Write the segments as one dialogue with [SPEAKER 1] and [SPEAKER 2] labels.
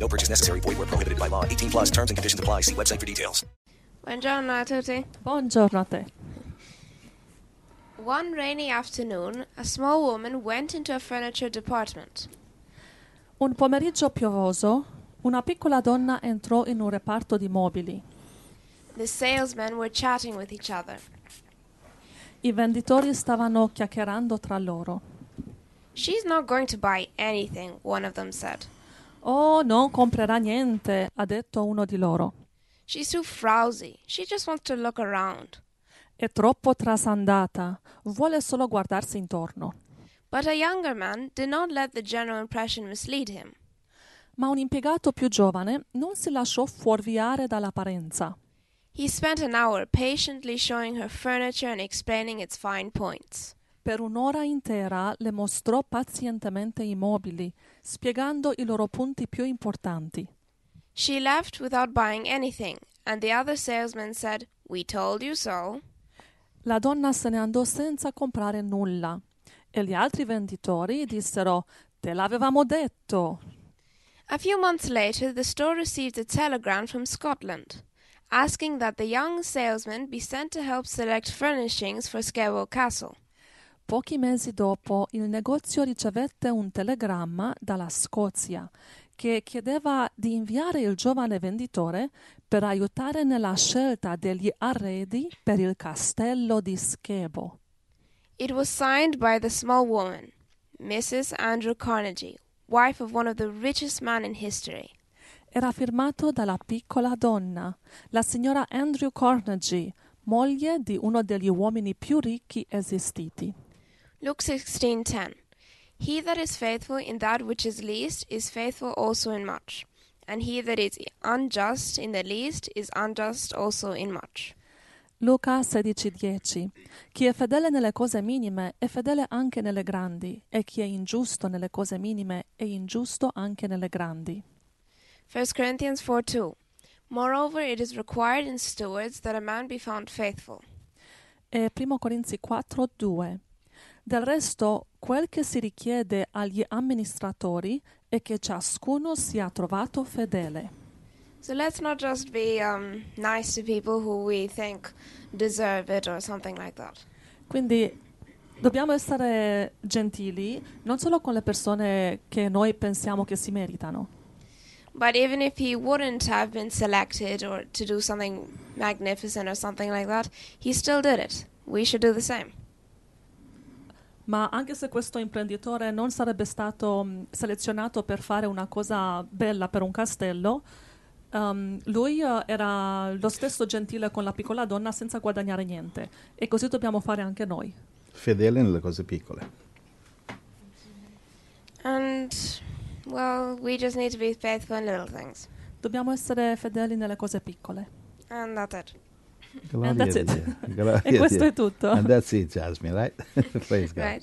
[SPEAKER 1] No purchase necessary. Void where prohibited by law. 18 plus terms and conditions apply. See website for details.
[SPEAKER 2] Buongiorno a tutti.
[SPEAKER 3] Buongiorno a te.
[SPEAKER 2] One rainy afternoon, a small woman went into a furniture department.
[SPEAKER 3] Un pomeriggio piovoso, una piccola donna entrò in un reparto di mobili.
[SPEAKER 2] The salesmen were chatting with each other.
[SPEAKER 3] I venditori stavano chiacchierando tra loro.
[SPEAKER 2] She's not going to buy anything, one of them said.
[SPEAKER 3] Oh, non comprerà niente, ha detto uno di loro.
[SPEAKER 2] She's too frowsy. She just wants to look around.
[SPEAKER 3] È troppo trasandata, vuole solo guardarsi intorno.
[SPEAKER 2] But a younger man did not let the general impression mislead him.
[SPEAKER 3] Ma un impiegato più giovane non si lasciò fuorviare dall'apparenza.
[SPEAKER 2] He spent an hour patiently showing her furniture and explaining its fine points.
[SPEAKER 3] Per un'ora intera le mostrò pazientemente i mobili, spiegando i loro punti più importanti.
[SPEAKER 2] She left without buying anything, and the other salesman said, We told you so.
[SPEAKER 3] La donna se ne andò senza comprare nulla e gli altri venditori dissero Te l'avevamo detto.
[SPEAKER 2] A few months later, the store received a telegram from Scotland asking that the young salesman be sent to help select furnishings for Skerwell Castle.
[SPEAKER 3] Pochi mesi dopo il negozio ricevette un telegramma dalla Scozia che chiedeva di inviare il giovane venditore per aiutare nella scelta degli arredi per il castello di Schebo.
[SPEAKER 2] It was signed by the small woman, Mrs. Andrew Carnegie, wife of one of the richest men in history.
[SPEAKER 3] Era firmato dalla piccola donna, la signora Andrew Carnegie, moglie di uno degli uomini più ricchi esistiti.
[SPEAKER 2] Luke 16:10 He that is faithful in that which is least is faithful also in much, and he that is unjust in the least is unjust also in much.
[SPEAKER 3] Luca 16:10 Chi è fedele nelle cose minime è fedele anche nelle grandi, e chi è ingiusto nelle cose minime è ingiusto anche nelle grandi.
[SPEAKER 2] 1 Corinthians 4:2 Moreover, it is required in stewards that a man be found faithful.
[SPEAKER 3] E 1 Corinzi 4:2 Del resto, quel che si richiede agli amministratori è che ciascuno sia trovato fedele.
[SPEAKER 2] So let's not just be um, nice to people who we think deserve it or something like that.
[SPEAKER 3] Quindi dobbiamo essere gentili non solo con le persone che noi pensiamo che si meritano,
[SPEAKER 2] But even if he wouldn't have been selected or to do something magnificent or something like that, he still did it. We should do the same.
[SPEAKER 3] ma anche se questo imprenditore non sarebbe stato mh, selezionato per fare una cosa bella per un castello, ehm, lui eh, era lo stesso gentile con la piccola donna senza guadagnare niente. E così dobbiamo fare anche noi.
[SPEAKER 4] Fedele nelle cose piccole.
[SPEAKER 2] And, well, we just need to be faithful in little things.
[SPEAKER 3] Dobbiamo essere fedeli nelle cose piccole.
[SPEAKER 2] And that's it.
[SPEAKER 3] And that's it.
[SPEAKER 4] Gloria a Dio. Gloria
[SPEAKER 3] E questo
[SPEAKER 4] a Dio.
[SPEAKER 3] è tutto.
[SPEAKER 4] And that's it, Jasmine, right? Praise God.
[SPEAKER 2] Right?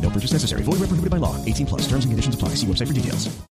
[SPEAKER 5] No purchase necessary. Void where prohibited by law. 18 plus. Terms and conditions apply. See website for details.